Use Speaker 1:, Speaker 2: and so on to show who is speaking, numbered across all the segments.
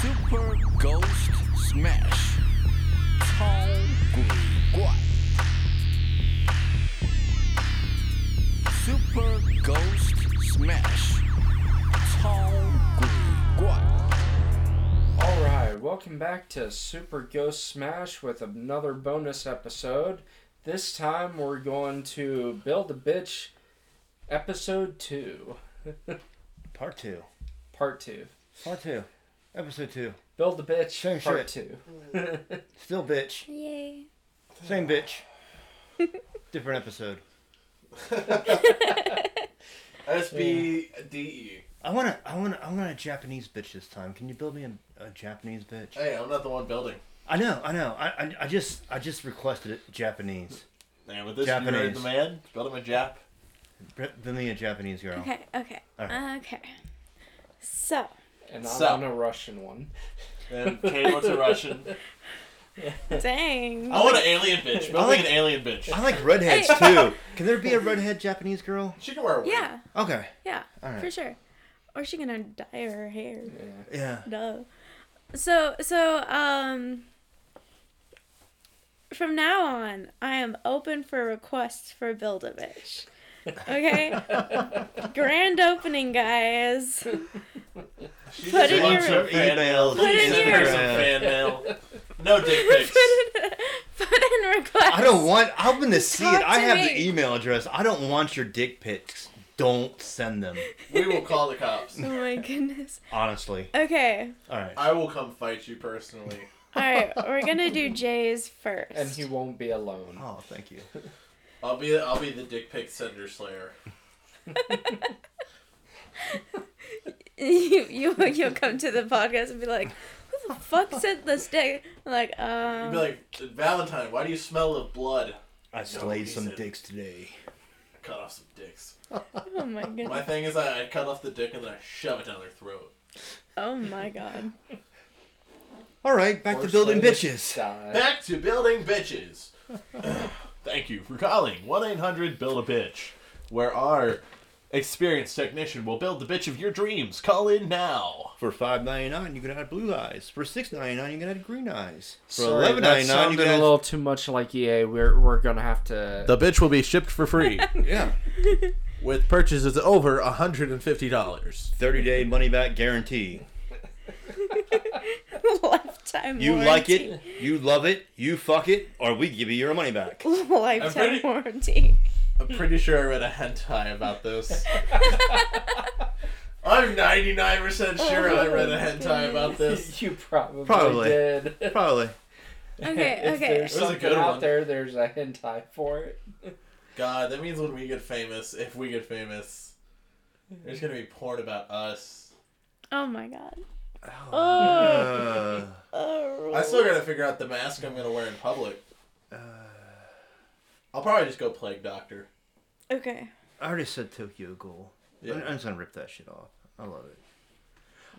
Speaker 1: Super Ghost Smash，超鬼怪。Super Ghost Smash，超鬼怪。
Speaker 2: All right, welcome back to Super Ghost Smash with another bonus episode. This time we're going to build a bitch, episode two,
Speaker 3: Part two.
Speaker 2: part two.
Speaker 3: Part two. Episode two.
Speaker 2: Build a bitch,
Speaker 3: Same
Speaker 2: part two.
Speaker 3: Still bitch.
Speaker 4: Yay.
Speaker 3: Same bitch. Different episode.
Speaker 5: S B D E.
Speaker 3: I want to. I want. to I want a Japanese bitch this time. Can you build me a, a Japanese
Speaker 4: Uh,
Speaker 3: bitch?
Speaker 5: Hey, I'm not the one building.
Speaker 3: I know. I know. I, I. I just. I just requested it Japanese.
Speaker 5: Man, with this
Speaker 3: Japanese.
Speaker 5: Japanese. the man, build him a Jap.
Speaker 3: Build me a Japanese girl.
Speaker 4: Okay, okay.
Speaker 3: Alright.
Speaker 4: Okay. So,
Speaker 2: and I'm
Speaker 5: So.
Speaker 2: on a Russian one.
Speaker 5: And Kate wants a Russian.
Speaker 4: dang.
Speaker 5: I want an alien bitch. Build
Speaker 3: like-
Speaker 5: me an alien bitch.
Speaker 3: I like redheads too. Can there be a redhead Japanese girl?
Speaker 5: She can wear a wig.
Speaker 4: Yeah,
Speaker 3: Okay.
Speaker 4: yeah,
Speaker 3: All right.
Speaker 4: for sure. Or she gonna dye her hair.
Speaker 3: Yeah.
Speaker 4: Duh. So, so, um, from now on, I am open for requests for Build a Bitch. Okay? Grand opening, guys.
Speaker 5: She
Speaker 4: Put
Speaker 5: just
Speaker 4: in
Speaker 5: wants
Speaker 4: your-
Speaker 5: some fan
Speaker 3: Emails.
Speaker 5: mail.
Speaker 3: Put
Speaker 4: in
Speaker 5: Send her
Speaker 4: your-
Speaker 5: some fan mail. No dick pics.
Speaker 4: Put in requests.
Speaker 3: I don't want. I'm gonna see it.
Speaker 4: Talk
Speaker 3: I
Speaker 4: to
Speaker 3: have
Speaker 4: me.
Speaker 3: the email address. I don't want your dick pics. Don't send them.
Speaker 5: We will call the cops.
Speaker 4: Oh my goodness.
Speaker 3: Honestly.
Speaker 4: Okay.
Speaker 3: All right.
Speaker 5: I will come fight you personally.
Speaker 4: All right. We're gonna do Jay's first.
Speaker 2: And he won't be alone.
Speaker 3: Oh, thank you.
Speaker 5: I'll be I'll be the dick pic sender slayer.
Speaker 4: you you you'll come to the podcast and be like, "Who the fuck sent this dick?" I'm like,
Speaker 5: You'd
Speaker 4: um,
Speaker 5: be like Valentine. Why do you smell of blood?
Speaker 3: I
Speaker 5: slayed some dicks
Speaker 3: today.
Speaker 5: Cut off some dicks.
Speaker 4: oh
Speaker 5: My
Speaker 4: my god,
Speaker 5: thing is I, I cut off the dick and then I shove it down their throat.
Speaker 4: oh my god.
Speaker 3: All right, back
Speaker 2: Or
Speaker 3: to building
Speaker 2: slave
Speaker 3: bitches.
Speaker 2: Die.
Speaker 5: Back to building bitches. Thank you for calling 1 800 Build a Bitch, where our experienced technician will build the bitch of your dreams. Call in now.
Speaker 3: For five ninety nine, you can add blue eyes. For six ninety nine, you can add green eyes. For
Speaker 2: Sorry,
Speaker 3: eleven
Speaker 2: that
Speaker 3: ninety nine, you
Speaker 2: sounded
Speaker 3: can
Speaker 2: a
Speaker 3: add
Speaker 2: little too much like EA. We're, we're gonna have to.
Speaker 5: The bitch will be shipped for free
Speaker 3: yeah
Speaker 5: with purchases over $150.
Speaker 3: thirty day money back guarantee.
Speaker 4: Lifetime
Speaker 3: You
Speaker 4: warranty.
Speaker 3: like it, you love it, you fuck it, or we give you your money back.
Speaker 4: Lifetime
Speaker 5: pretty-
Speaker 4: warranty.
Speaker 5: I'm pretty sure I read a hentai about this. I'm 99% sure I read a
Speaker 2: Oh
Speaker 5: hentai about this.
Speaker 2: you probably,
Speaker 3: Probably.
Speaker 2: did.
Speaker 3: Probably.
Speaker 4: Okay,
Speaker 2: if there's
Speaker 4: okay.
Speaker 5: It was a
Speaker 2: something
Speaker 5: good
Speaker 2: out
Speaker 5: one.
Speaker 2: there, there's a hentai for it.
Speaker 5: God, that means when we get famous, if we get famous, there's going to be porn about us.
Speaker 4: Oh my god. Oh,
Speaker 3: Uh,
Speaker 4: oh.
Speaker 5: I still gotta figure out the mask I'm gonna wear in public. I'll probably just go plague doctor.
Speaker 4: okay.
Speaker 3: I already said Tokyo Ghoul.
Speaker 5: Yeah.
Speaker 3: I'm, I'm just gonna rip that shit off. I love it.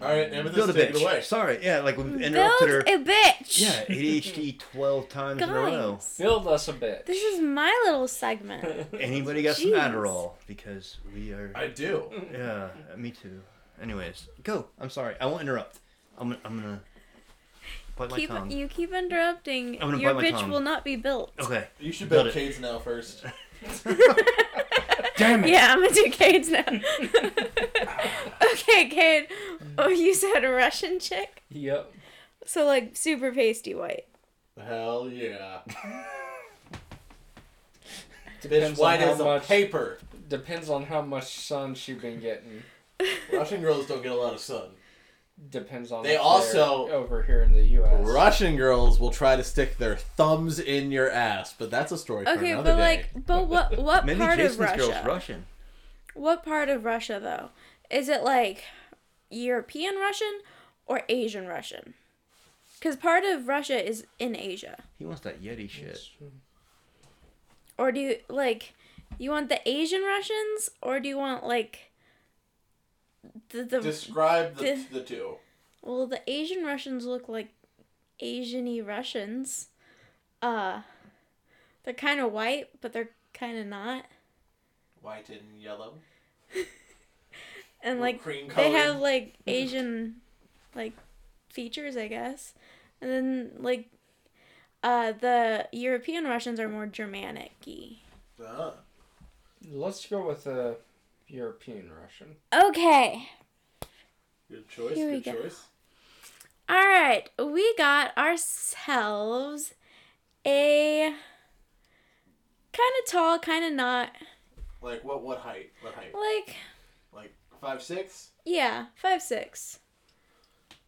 Speaker 5: All right, Amethyst,
Speaker 3: Build a
Speaker 5: take it away.
Speaker 3: bitch. Sorry, yeah, like we interrupted
Speaker 4: Build
Speaker 3: her.
Speaker 4: a bitch.
Speaker 3: Yeah, ADHD twelve times in a row.
Speaker 4: Guys,
Speaker 2: Build us a bitch.
Speaker 4: this is my little segment.
Speaker 3: Anybody got some
Speaker 4: Jeez.
Speaker 3: Adderall? Because we are.
Speaker 5: I do.
Speaker 3: Yeah, me too. Anyways, go. I'm sorry. I won't interrupt. I'm, I'm gonna bite my
Speaker 4: Keep
Speaker 3: tongue.
Speaker 4: you keep interrupting.
Speaker 3: I'm gonna
Speaker 4: Your
Speaker 3: bite my
Speaker 4: bitch
Speaker 3: tongue. Oh.
Speaker 4: will not be built.
Speaker 3: Okay.
Speaker 5: You should
Speaker 3: Got
Speaker 5: build
Speaker 3: it.
Speaker 5: Cade's now first.
Speaker 3: Damn it.
Speaker 4: Yeah, I'm gonna do Cade's now. okay, Cade. Oh, you said a Russian chick?
Speaker 2: Yep.
Speaker 4: So, like, super pasty white.
Speaker 5: Hell yeah. Bitch,
Speaker 2: Depends on
Speaker 5: white
Speaker 2: how
Speaker 5: as a
Speaker 2: much.
Speaker 5: paper.
Speaker 2: Depends on how much sun she been getting.
Speaker 5: Russian girls don't get a lot of sun.
Speaker 2: Depends on
Speaker 5: They
Speaker 2: if
Speaker 5: also-
Speaker 2: they're over here in the U.S.
Speaker 5: Russian girls will try to stick their thumbs in your ass, but that's a story for
Speaker 4: Okay,
Speaker 5: another
Speaker 4: but,
Speaker 5: day.
Speaker 4: like, but what what
Speaker 3: Maybe
Speaker 4: part
Speaker 3: Jason's
Speaker 4: of Russia?
Speaker 3: girl's Russian.
Speaker 4: what part of Russia, though? Is it, like, European Russian or Asian Russian? Because part of Russia is in Asia.
Speaker 3: He wants that Yeti shit.
Speaker 4: Or do you, like, you want the Asian Russians or do you want, like, the, the
Speaker 5: Describe the,
Speaker 4: Dis-
Speaker 5: the two.
Speaker 4: Well, the Asian Russians look like Asian-y Russians. Uh, they're kind of white, but they're kind of not.
Speaker 5: White and yellow.
Speaker 4: And
Speaker 5: Or
Speaker 4: like
Speaker 5: cream
Speaker 4: they have
Speaker 5: colored.
Speaker 4: like Asian, like features, I guess. And then like uh the European Russians are more Germanic y.
Speaker 5: Ah.
Speaker 2: Let's go with a European Russian.
Speaker 4: Okay.
Speaker 5: Good choice.
Speaker 4: Here we
Speaker 5: good
Speaker 4: go.
Speaker 5: choice.
Speaker 4: All right, we got ourselves a kind of tall, kind of not.
Speaker 5: Like what? What height? What height?
Speaker 4: Like,
Speaker 5: Like five six?
Speaker 4: yeah, five six.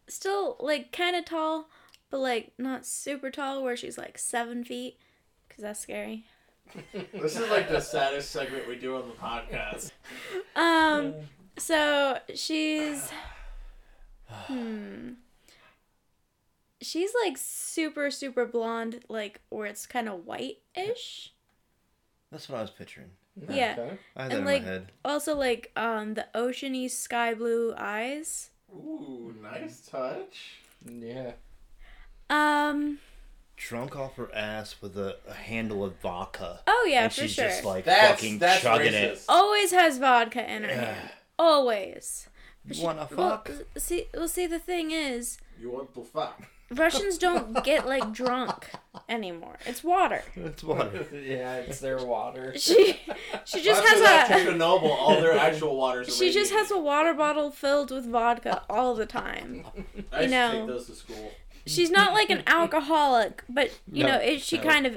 Speaker 4: Still like kind of tall, but like not super tall. Where she's like seven feet, because that's scary.
Speaker 5: This is like the saddest segment we do on the podcast.
Speaker 4: Um, so she's. Hmm. She's like super, super blonde, like where it's kind of white ish.
Speaker 3: That's what I was picturing.
Speaker 4: Yeah.
Speaker 2: Okay.
Speaker 3: I had that
Speaker 4: And,
Speaker 3: in
Speaker 4: like-
Speaker 3: my head.
Speaker 4: Also, like um, the oceany sky blue eyes.
Speaker 5: Ooh, nice touch.
Speaker 2: Yeah.
Speaker 4: Um.
Speaker 3: Drunk off her ass with a, a handle of vodka.
Speaker 4: Oh yeah,
Speaker 3: and
Speaker 4: for
Speaker 3: she's
Speaker 4: sure.
Speaker 3: just like
Speaker 5: That's
Speaker 3: fucking
Speaker 5: that's
Speaker 3: chugging
Speaker 5: racist.
Speaker 4: Always has vodka in her hand. Always.
Speaker 3: it. You want to
Speaker 4: Well, uh,
Speaker 3: fuck?
Speaker 4: see, well, see, the thing is,
Speaker 5: You want the fuck?
Speaker 4: Russians don't get like drunk anymore. It's water.
Speaker 3: It's water.
Speaker 2: Yeah, it's their water.
Speaker 4: She, she just
Speaker 5: After that,
Speaker 4: has a.
Speaker 5: Chernobyl, all their actual waters.
Speaker 4: She just has a water bottle filled with vodka all the time.
Speaker 5: I used to
Speaker 4: know.
Speaker 5: take those to school.
Speaker 4: She's not like an alcoholic, but you
Speaker 3: No,
Speaker 4: know, it, she
Speaker 3: no.
Speaker 4: kind of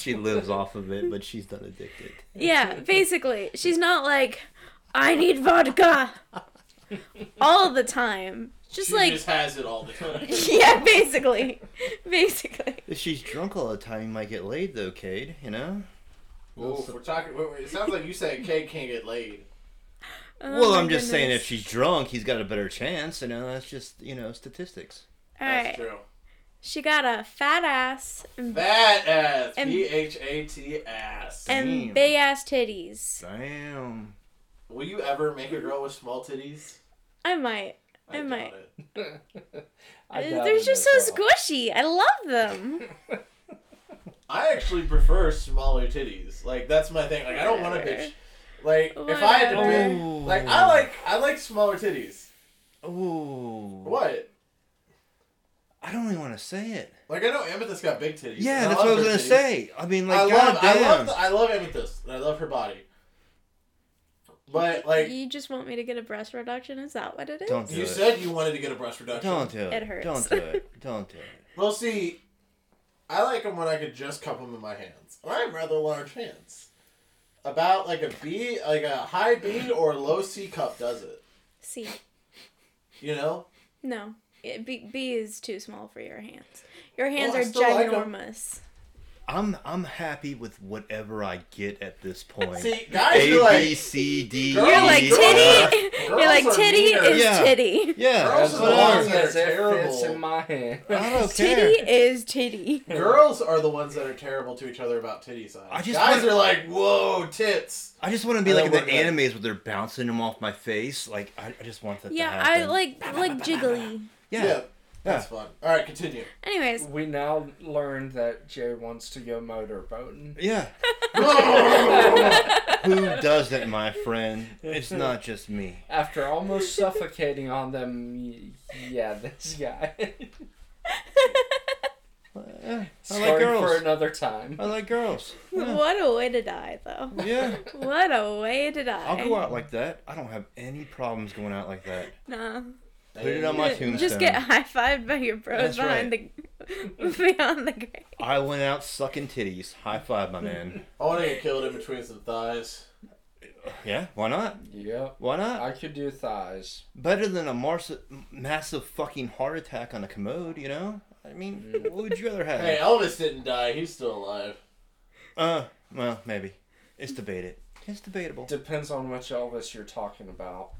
Speaker 3: she lives off of it, but she's not addicted.
Speaker 4: Yeah, basically. She's not like, I need vodka all the time. Just
Speaker 5: She
Speaker 4: like,
Speaker 5: just has it all the time.
Speaker 4: yeah, basically. Basically.
Speaker 3: If she's drunk all the time, you might get laid though, Cade. You know.
Speaker 5: Ooh, if we're talking. Wait, wait, it sounds like you said Kate can't get laid.
Speaker 4: Oh
Speaker 3: Well,
Speaker 4: my
Speaker 3: I'm just saying if
Speaker 4: goodness.
Speaker 3: she's drunk, he's got a better chance. You know, that's just you know statistics.
Speaker 4: All
Speaker 5: That's
Speaker 4: right.
Speaker 5: true.
Speaker 4: She got a fat ass and,
Speaker 5: Fat ass.
Speaker 4: And-
Speaker 5: B H A T ass.
Speaker 3: Damn.
Speaker 4: and big ass titties.
Speaker 3: Damn.
Speaker 5: Will you ever make a girl with small titties?
Speaker 4: I might. I
Speaker 5: doubt
Speaker 4: might.
Speaker 5: it.
Speaker 2: I doubt
Speaker 4: They're
Speaker 2: it
Speaker 4: just
Speaker 2: as
Speaker 4: so
Speaker 2: well.
Speaker 4: squishy. I love them.
Speaker 5: I actually prefer smaller titties. Like that's my thing. Like I don't want a
Speaker 4: Whatever.
Speaker 5: bitch. Like if I had to pick,
Speaker 3: Whatever.
Speaker 5: like I like I like smaller titties.
Speaker 3: Ooh.
Speaker 5: What?
Speaker 3: I don't even want to say it.
Speaker 5: Like I know Amethyst got big titties.
Speaker 3: Yeah,
Speaker 5: and
Speaker 3: that's
Speaker 5: love
Speaker 3: what I was
Speaker 5: her
Speaker 3: gonna
Speaker 5: titties.
Speaker 3: say. I mean, like,
Speaker 5: I love I
Speaker 3: goddamn.
Speaker 5: love the, I love Amethyst. And I love her body. But like
Speaker 4: you just want me to get a breast reduction? Is that what it is?
Speaker 3: Don't do
Speaker 5: you
Speaker 3: it.
Speaker 5: said, you wanted to get a breast reduction.
Speaker 3: Don't do it.
Speaker 4: It hurts.
Speaker 3: Don't do it. Don't do it.
Speaker 5: Well, see, I like them when I could just cup them in my hands. I have rather large hands. About like a B, like a high B or low C cup does it.
Speaker 4: See.
Speaker 5: You know.
Speaker 4: No. It, B, B is too small for your hands. Your hands
Speaker 5: Well, I
Speaker 4: are
Speaker 5: still like 'em.
Speaker 4: ginormous.
Speaker 3: I'm I'm happy with whatever I get at this point.
Speaker 5: See, guys
Speaker 3: A
Speaker 5: are like
Speaker 3: B C D.
Speaker 5: You're
Speaker 3: E,
Speaker 4: You're like
Speaker 5: girls
Speaker 4: titty.
Speaker 5: girls
Speaker 4: You're like
Speaker 5: are
Speaker 4: titty
Speaker 5: meaner.
Speaker 4: is
Speaker 3: Yeah.
Speaker 4: titty.
Speaker 3: Yeah,
Speaker 5: Girls
Speaker 3: that's
Speaker 2: As
Speaker 5: are
Speaker 3: what
Speaker 2: long
Speaker 5: They're
Speaker 2: as it fits
Speaker 5: terrible.
Speaker 2: in my hand.
Speaker 3: I, I don't
Speaker 4: Titty
Speaker 3: care.
Speaker 4: is titty.
Speaker 5: Girls are the ones that are terrible to each other about titty size.
Speaker 3: I just
Speaker 5: guys
Speaker 3: wanna-
Speaker 5: are like, whoa, tits.
Speaker 3: I just want to be
Speaker 5: I
Speaker 3: like
Speaker 5: don't
Speaker 3: in the
Speaker 5: want that.
Speaker 3: animes where they're bouncing them off my face. Like I, I just want that. to
Speaker 4: Yeah,
Speaker 3: happen.
Speaker 4: I like like jiggly.
Speaker 3: Yeah.
Speaker 5: that's fun. All right, continue.
Speaker 4: Anyways,
Speaker 2: We now learned that Jay wants to go motorboating.
Speaker 3: Yeah. Who doesn't, my friend? It's not just me.
Speaker 2: After almost suffocating on them, y- yeah, this guy.
Speaker 3: Yeah, Uh, I like
Speaker 2: Story for
Speaker 3: girls.
Speaker 2: another time.
Speaker 3: I like girls. Yeah.
Speaker 4: what a way to die, though.
Speaker 3: Yeah.
Speaker 4: What a way to die.
Speaker 3: I'll go out like that. I don't have any problems going out like that.
Speaker 4: Nah.
Speaker 3: Put it on my tombstone.
Speaker 4: Just get high fived by your
Speaker 3: That's
Speaker 4: bros behind the beyond the grave.
Speaker 3: I went out sucking titties. High five, my man.
Speaker 5: I want to get killed in between some thighs.
Speaker 3: Yeah, why not?
Speaker 2: Yep.
Speaker 3: Why not?
Speaker 2: I could do thighs.
Speaker 3: Better than a mars- massive fucking heart attack on a commode, you know? I mean, what would you rather have?
Speaker 5: Hey, Elvis didn't die. He's still alive.
Speaker 3: Uh, well, maybe. It's debated. It's debatable.
Speaker 2: Depends on which Elvis you're talking about.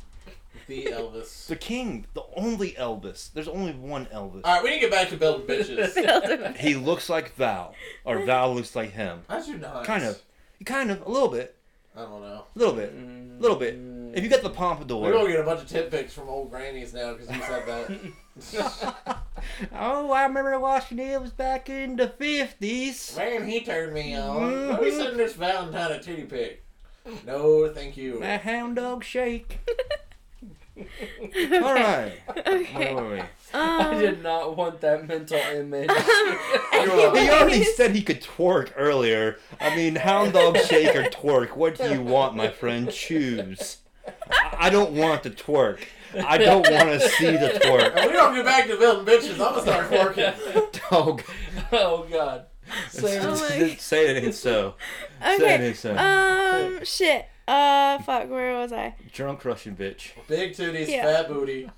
Speaker 5: The Elvis.
Speaker 3: The king, the only Elvis. There's only one Elvis.
Speaker 5: All right, we need to get back to building bitches.
Speaker 4: Build
Speaker 3: He looks like Val, or Val looks like him.
Speaker 5: I do not.
Speaker 3: Kind of. Kind of. A little bit.
Speaker 5: I don't know.
Speaker 3: A little bit.
Speaker 2: Mm.
Speaker 3: A little bit. If you got the
Speaker 5: We're gonna
Speaker 3: pompadour.
Speaker 5: get a bunch of tit pics from old grannies now because you said that.
Speaker 3: Oh, I remember watching it. It was back in the 50s.
Speaker 5: Man, he turned me on. Let me send this Valentine a titty pic. No, thank you.
Speaker 3: My hound dog shake. All right. Where
Speaker 4: Okay.
Speaker 3: were we?
Speaker 2: I
Speaker 4: Um,
Speaker 2: did not want that mental image.
Speaker 3: He already
Speaker 4: Anyways.
Speaker 3: said he could twerk earlier. I mean, hound dog shake or twerk. What do you want, my friend? Choose. I- I don't want the twerk. I don't want to see the twerk.
Speaker 5: If we don't get back to building bitches, I'm gonna start forking.
Speaker 3: Oh, God.
Speaker 2: oh God. Same.
Speaker 4: Oh my-
Speaker 3: say it uh, ain't so. Say it
Speaker 4: okay.
Speaker 3: ain't so.
Speaker 4: Um, shit. Uh, fuck. Where was I?
Speaker 3: Drunk Russian bitch.
Speaker 5: Big titties,
Speaker 4: Yeah.
Speaker 5: fat booty.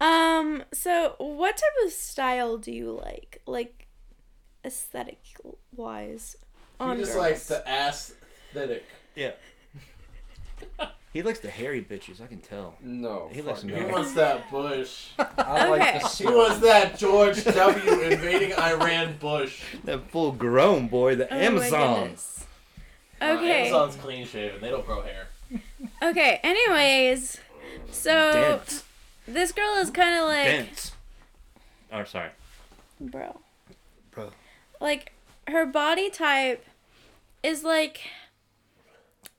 Speaker 4: Um, so what type of style do you like? Like aesthetic wise.
Speaker 5: He
Speaker 4: on
Speaker 5: just
Speaker 4: girls?
Speaker 5: likes the aesthetic.
Speaker 3: Yeah. He likes the hairy bitches. I can tell.
Speaker 2: No.
Speaker 3: He likes
Speaker 2: fuck
Speaker 3: me.
Speaker 5: He
Speaker 2: no.
Speaker 5: wants that bush.
Speaker 2: I like
Speaker 4: Okay.
Speaker 2: the
Speaker 5: He
Speaker 2: seal.
Speaker 5: wants that George W. invading Iran bush.
Speaker 3: That full grown boy, the
Speaker 4: Oh my
Speaker 3: Amazon.
Speaker 4: goodness.
Speaker 5: Uh,
Speaker 4: Okay.
Speaker 5: Amazon's clean shaven. They don't grow hair.
Speaker 4: okay. Anyways, so
Speaker 3: Dense.
Speaker 4: this girl is kind of like
Speaker 3: Dense. Oh, sorry.
Speaker 4: bro.
Speaker 3: Bro.
Speaker 4: Like her body type is like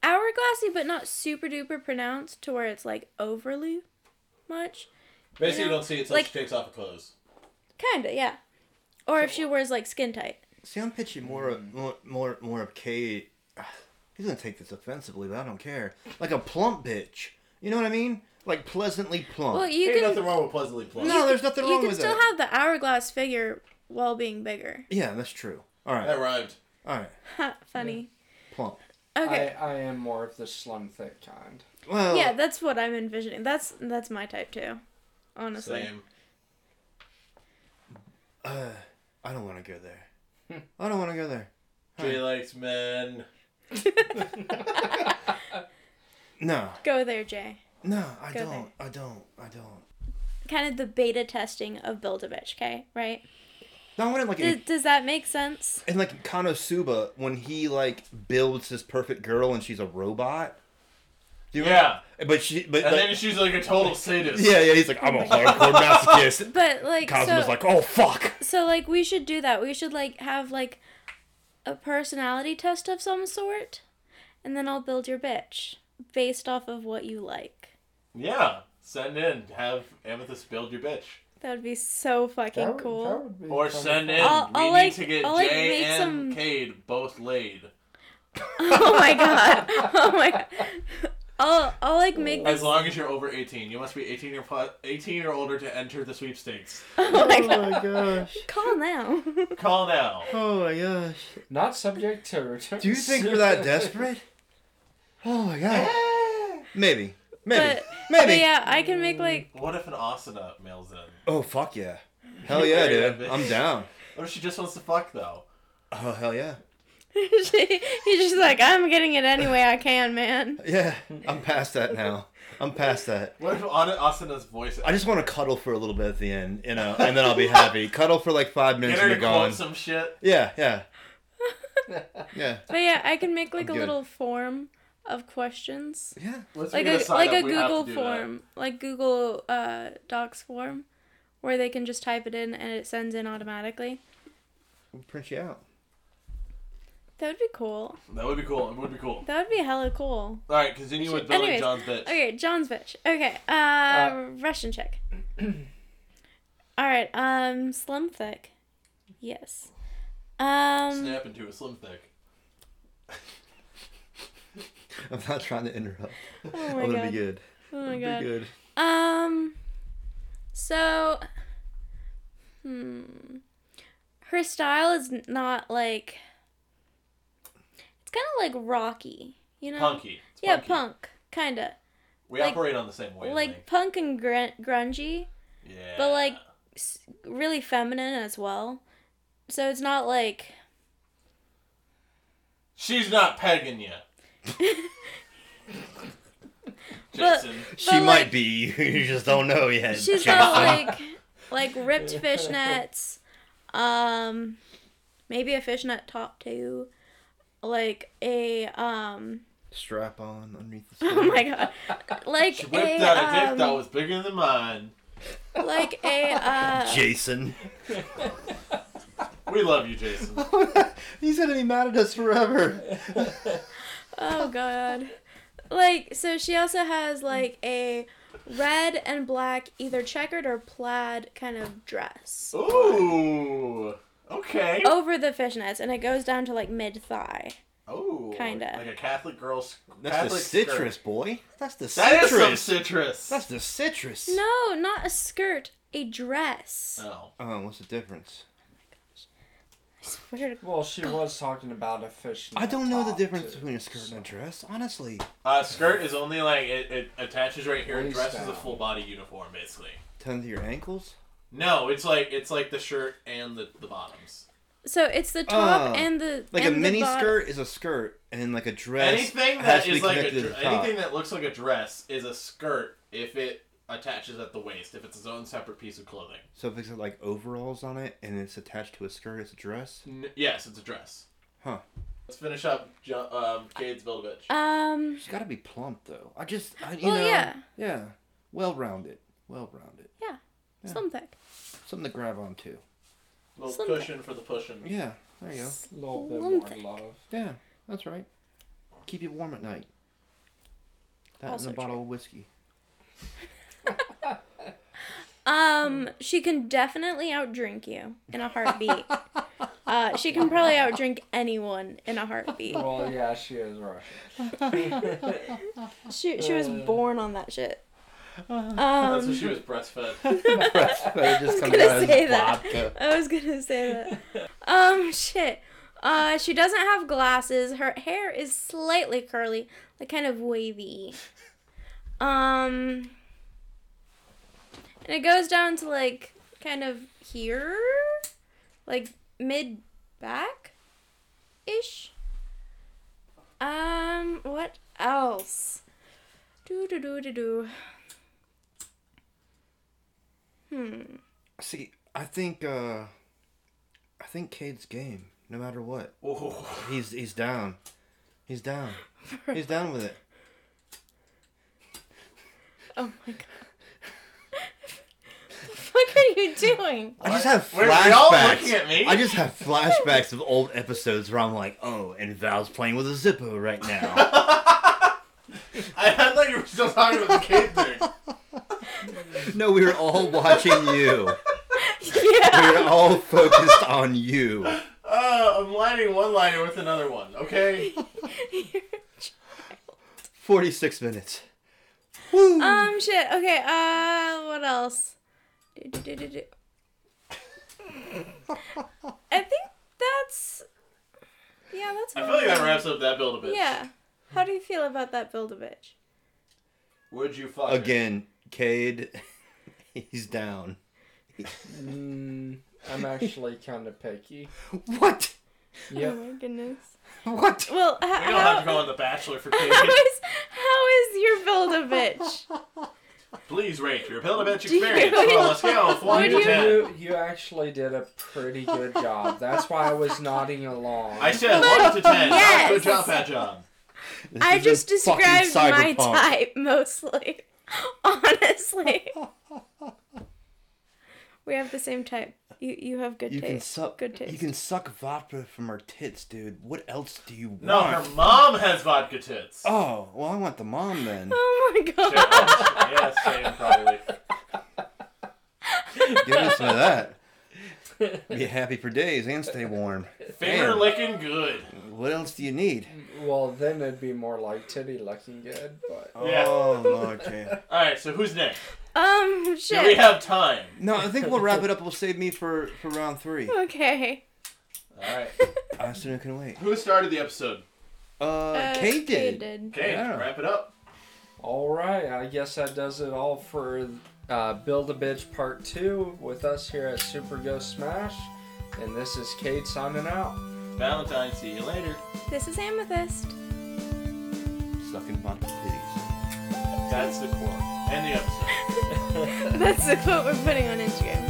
Speaker 4: hourglassy, but not super duper pronounced to where it's like overly much.
Speaker 5: Basically,
Speaker 4: You
Speaker 5: you
Speaker 4: know,
Speaker 5: don't see it till
Speaker 4: like-
Speaker 5: she takes off her clothes.
Speaker 4: Kinda, yeah. Or if she wears like skin tight.
Speaker 3: See, I'm pitching more of more more more of Kate. He's gonna take this offensively, but I don't care. Like a plump bitch. You know what I mean? Like pleasantly plump.
Speaker 4: Well, you
Speaker 5: Ain't
Speaker 4: can
Speaker 5: nothing wrong with pleasantly plump.
Speaker 3: no, there's nothing
Speaker 4: you
Speaker 3: Oh. wrong
Speaker 4: can
Speaker 3: with
Speaker 4: still
Speaker 3: that.
Speaker 4: have the hourglass figure while being bigger.
Speaker 3: yeah, that's true. All right,
Speaker 5: That rhymed.
Speaker 3: all right,
Speaker 4: Ha, funny.
Speaker 3: plump.
Speaker 4: Okay.
Speaker 2: I, I am more of the slim thick kind.
Speaker 3: Well,
Speaker 4: yeah, that's what I'm envisioning. That's that's my type too. Honestly.
Speaker 5: Same.
Speaker 3: uh, I don't want to go there. I don't want to go there.
Speaker 5: Jay likes men.
Speaker 3: No,
Speaker 4: Go there, Jay.
Speaker 3: no, I
Speaker 4: Go
Speaker 3: don't.
Speaker 4: there.
Speaker 3: I don't. I don't.
Speaker 4: Kind of the beta testing of Build a Bitch, okay? Right?
Speaker 3: No, I want it like
Speaker 4: Does,
Speaker 3: in,
Speaker 4: does that make sense?
Speaker 3: in like Konosuba when he like builds his perfect girl and she's a robot. Do you
Speaker 5: Yeah.
Speaker 3: remember? but she, but
Speaker 5: And
Speaker 3: like-
Speaker 5: then she's like a total sadist.
Speaker 3: yeah, yeah. He's like, I'm a hardcore masochist.
Speaker 4: But like
Speaker 3: Cosmo's
Speaker 4: so,
Speaker 3: like, oh fuck.
Speaker 4: so like we should do that. We should like have like a personality test of some sort and then I'll build your bitch based off of what you like.
Speaker 5: Yeah. Send in. Have Amethyst build your bitch.
Speaker 4: That would be so fucking
Speaker 2: That would-
Speaker 4: cool.
Speaker 2: that would be
Speaker 5: Or
Speaker 2: kinda
Speaker 5: send
Speaker 2: fun.
Speaker 5: in.
Speaker 4: I'll-
Speaker 5: we
Speaker 4: I'll
Speaker 5: need
Speaker 4: like-
Speaker 5: to get
Speaker 4: I'll like
Speaker 5: Jay
Speaker 4: make
Speaker 5: and
Speaker 4: some-
Speaker 5: Cade both laid.
Speaker 4: Oh my god. Oh my god. I'll, I'll like make
Speaker 5: As
Speaker 4: this.
Speaker 5: long as you're over 18, you must be 18 or plus, 18 or older to enter the sweepstakes.
Speaker 4: Oh my god.
Speaker 3: Oh my gosh.
Speaker 4: Call now.
Speaker 5: Call now.
Speaker 3: Oh my gosh.
Speaker 2: Not subject to return.
Speaker 3: Do you think we're that desperate? Oh my god. Maybe. Maybe.
Speaker 4: But, but
Speaker 3: Maybe.
Speaker 4: yeah, I can make like.
Speaker 5: What if an Asana mails in?
Speaker 3: Oh fuck yeah. Hell yeah,
Speaker 5: Marry that
Speaker 3: dude.
Speaker 5: bitch.
Speaker 3: I'm down.
Speaker 5: What if she just wants to fuck though?
Speaker 3: Oh hell yeah.
Speaker 4: He's just like, I'm getting it any way I can, man.
Speaker 3: Yeah. I'm past that now. I'm past that.
Speaker 5: What if Ana- Asana's voice?
Speaker 3: I just want to cuddle for a little bit at the end, you know, and then I'll be happy. cuddle for like five
Speaker 5: Get
Speaker 3: minutes
Speaker 5: her
Speaker 3: and
Speaker 5: to
Speaker 3: you're
Speaker 5: quote
Speaker 3: gone.
Speaker 5: some shit.
Speaker 3: Yeah, yeah. Yeah.
Speaker 4: But yeah, I can make like a
Speaker 3: I'm good.
Speaker 4: little form of questions.
Speaker 3: Yeah.
Speaker 5: Once we
Speaker 4: Like
Speaker 5: get
Speaker 4: a,
Speaker 5: sign
Speaker 4: like
Speaker 5: up,
Speaker 4: a
Speaker 5: we have to
Speaker 4: Google
Speaker 5: do that.
Speaker 4: form, like Google uh, Docs form, where they can just type it in and it sends in automatically.
Speaker 3: We'll print you out.
Speaker 4: That would be cool.
Speaker 5: That would be cool. It would be cool.
Speaker 4: That would be hella cool.
Speaker 5: All right, continue with
Speaker 4: Shit.
Speaker 5: building
Speaker 4: Anyways,
Speaker 5: John's bitch.
Speaker 4: Okay, John's bitch. Okay, uh, Russian chick. All right, um, slim thick. Yes. Um,
Speaker 5: Snap into a slim thick.
Speaker 3: I'm not trying to interrupt.
Speaker 4: oh
Speaker 3: I'm
Speaker 4: my
Speaker 3: gonna
Speaker 4: god.
Speaker 3: be good.
Speaker 4: Oh my
Speaker 3: I'm
Speaker 4: god.
Speaker 3: Be good.
Speaker 4: Um, so, hmm, her style is n- not like. It's kind of like rocky, you know.
Speaker 5: Punky. It's
Speaker 4: Yeah,
Speaker 5: punky.
Speaker 4: punk, kinda
Speaker 5: We
Speaker 4: Like-
Speaker 5: operate on the same wavelength.
Speaker 4: like punk and grun- grungy.
Speaker 5: yeah.
Speaker 4: but like s- really feminine as well. So it's not like
Speaker 5: she's not pegging you.
Speaker 4: But-
Speaker 5: Jason.
Speaker 3: She
Speaker 4: But,
Speaker 3: might
Speaker 4: like-
Speaker 3: be. You just don't know yet.
Speaker 4: she's
Speaker 3: Jason.
Speaker 4: got like like ripped fishnets, um, maybe a fishnet top too, like a um.
Speaker 3: strap on underneath the
Speaker 4: Oh my god! Like
Speaker 5: She whipped
Speaker 4: a
Speaker 5: out a dick that
Speaker 4: um,
Speaker 5: was bigger than mine.
Speaker 4: like a uh,
Speaker 3: Jason.
Speaker 5: We love you, Jason.
Speaker 3: He's gonna be mad at us forever.
Speaker 4: oh god, like so she also has like a red and black either checkered or plaid kind of dress
Speaker 5: Ooh. Okay.
Speaker 4: over the fishnets and it goes down to like mid thigh.
Speaker 5: Oh.
Speaker 4: Kinda.
Speaker 5: Like a Catholic girl's.
Speaker 3: That's
Speaker 5: Catholic
Speaker 3: the citrus,
Speaker 5: Skirt.
Speaker 3: boy. That's the
Speaker 5: That is
Speaker 3: citrus.
Speaker 5: some citrus.
Speaker 3: That's the citrus.
Speaker 4: No, not a skirt, a dress.
Speaker 5: oh.
Speaker 3: Oh, what's the difference?
Speaker 4: I swear to-
Speaker 2: Well, she was talking about a fish.
Speaker 3: I don't know the difference between a skirt and a dress, honestly.
Speaker 5: Uh, skirt is only like it, it attaches right here. and
Speaker 2: Waist
Speaker 5: Dress is a
Speaker 2: down.
Speaker 5: full body uniform, basically.
Speaker 3: Down to your ankles?
Speaker 5: No, it's like it's like the shirt and the, the bottoms.
Speaker 4: So it's the top
Speaker 3: Oh,
Speaker 4: and the
Speaker 3: Like
Speaker 4: and
Speaker 3: a
Speaker 4: the
Speaker 3: mini
Speaker 4: bottom.
Speaker 3: skirt is a skirt, and like a dress
Speaker 5: anything
Speaker 3: has
Speaker 5: that
Speaker 3: to be
Speaker 5: is like a
Speaker 3: connected to
Speaker 5: dr-
Speaker 3: the top.
Speaker 5: anything that looks like a dress is a skirt if it attaches at the waist. If it's its own separate piece of clothing.
Speaker 3: So if it's got like overalls on it and it's attached to a skirt, it's a dress.
Speaker 5: N- yes, it's a dress.
Speaker 3: Huh.
Speaker 5: Let's finish up jo- um, Cade's build a bitch.
Speaker 4: Um,
Speaker 3: She's got to be plump though. I just, I, you
Speaker 4: Well,
Speaker 3: know,
Speaker 4: yeah.
Speaker 3: yeah, well rounded, well rounded,
Speaker 4: yeah, slim thick.
Speaker 3: something to grab onto.
Speaker 5: little
Speaker 4: something.
Speaker 5: cushion for the pushing.
Speaker 3: Yeah, there you go.
Speaker 2: A little bit
Speaker 4: One
Speaker 2: more
Speaker 4: thing.
Speaker 2: love.
Speaker 3: Yeah, that's right. Keep you warm at night. That
Speaker 4: Also
Speaker 3: and a bottle
Speaker 4: true.
Speaker 3: of whiskey.
Speaker 4: Um, she can definitely outdrink you in a heartbeat. uh, she can probably outdrink anyone in a heartbeat.
Speaker 2: Well, yeah, she is Russian.
Speaker 4: She she was born on that shit.
Speaker 5: Uh. That's when
Speaker 4: Um,
Speaker 5: she was breastfed.
Speaker 3: But it just comes
Speaker 4: gonna
Speaker 3: out as
Speaker 4: say that.
Speaker 3: vodka.
Speaker 4: I was gonna say that. Um, shit. Uh, she doesn't have glasses. Her hair is slightly curly, like kind of wavy. Um, and it goes down to like kind of here, like mid back ish. Um, what else? Do do do do do. Hmm.
Speaker 3: See, I think, uh, I think Cade's game. No matter what,
Speaker 5: Ooh.
Speaker 3: he's he's down. He's down. He's down with it.
Speaker 4: Oh my god. what the fuck are you doing?
Speaker 3: I just have
Speaker 5: Wait,
Speaker 3: flashbacks.
Speaker 5: were y'all looking at me?
Speaker 3: I just have flashbacks of old episodes where I'm like, oh, and Val's playing with a Zippo right now.
Speaker 5: I, I thought you were still talking about the Cade thing.
Speaker 3: no, we were all watching you. We
Speaker 4: Yeah.
Speaker 3: were all focused on you.
Speaker 5: Uh, I'm lining one liner with another one, okay?
Speaker 3: 46 minutes. Woo!
Speaker 4: um shit. Okay, uh what else? Do, do, do, do, do. I think that's Yeah, that's
Speaker 5: I feel like that
Speaker 4: about
Speaker 5: wraps up that build a bitch.
Speaker 4: Yeah. How do you feel about that build a bitch?
Speaker 5: Would you fuck her?
Speaker 3: Again, Cade, he's down.
Speaker 2: Mm, I'm actually kind of picky.
Speaker 3: What?
Speaker 2: Yep.
Speaker 4: Oh my goodness.
Speaker 3: What?
Speaker 4: Well, h-
Speaker 5: We don't have to
Speaker 4: how,
Speaker 5: go on The Bachelor for Cade.
Speaker 4: how is how is your build a bitch?
Speaker 5: Please rate your build a bitch
Speaker 4: Do you-
Speaker 5: experience on a scale of 1
Speaker 4: Would
Speaker 5: to
Speaker 4: you-
Speaker 5: 10.
Speaker 2: You, you actually did a pretty good job. That's why I was nodding along.
Speaker 5: I said 1 to 10.
Speaker 4: Yes.
Speaker 5: Good job, Pat John.
Speaker 3: This
Speaker 4: I
Speaker 3: is
Speaker 4: just
Speaker 3: fucking
Speaker 4: described my
Speaker 3: cyberpunk.
Speaker 4: type mostly. Honestly. we have the same type. You you have good
Speaker 3: You can
Speaker 4: taste.
Speaker 3: suck.
Speaker 4: good taste.
Speaker 3: You can suck vodka from her tits, dude. What else do you want?
Speaker 5: No, her mom has vodka tits.
Speaker 3: Oh, well, I want the mom then.
Speaker 4: Oh my
Speaker 5: Shame.
Speaker 4: god.
Speaker 5: yes, shame, probably.
Speaker 3: Give me some of that. Be happy for days and stay warm.
Speaker 5: Finger
Speaker 3: Damn.
Speaker 5: licking good.
Speaker 3: What else do you need?
Speaker 2: well, then it'd be more like titty looking good, but
Speaker 5: Yeah.
Speaker 3: Oh, Lord, Jay.
Speaker 5: Alright, so who's next?
Speaker 4: Um
Speaker 5: Do we
Speaker 4: shit.
Speaker 5: have time?
Speaker 3: No, I think we'll wrap it up. We'll save me for, for round three.
Speaker 4: okay.
Speaker 5: Alright.
Speaker 3: I still can wait.
Speaker 5: Who started the episode?
Speaker 3: Uh,
Speaker 4: Uh,
Speaker 3: Kate did.
Speaker 5: Okay,
Speaker 3: Yeah.
Speaker 5: wrap it up.
Speaker 2: all right. I guess that does it all for uh, Build a Bitch Part Two with us here at Super Ghost Smash, and this is Kate signing out.
Speaker 5: Valentine, see you later.
Speaker 4: This is Amethyst.
Speaker 3: Sucking vodka titties.
Speaker 5: That's the core. End the episode.
Speaker 4: That's the quote we're putting on Instagram.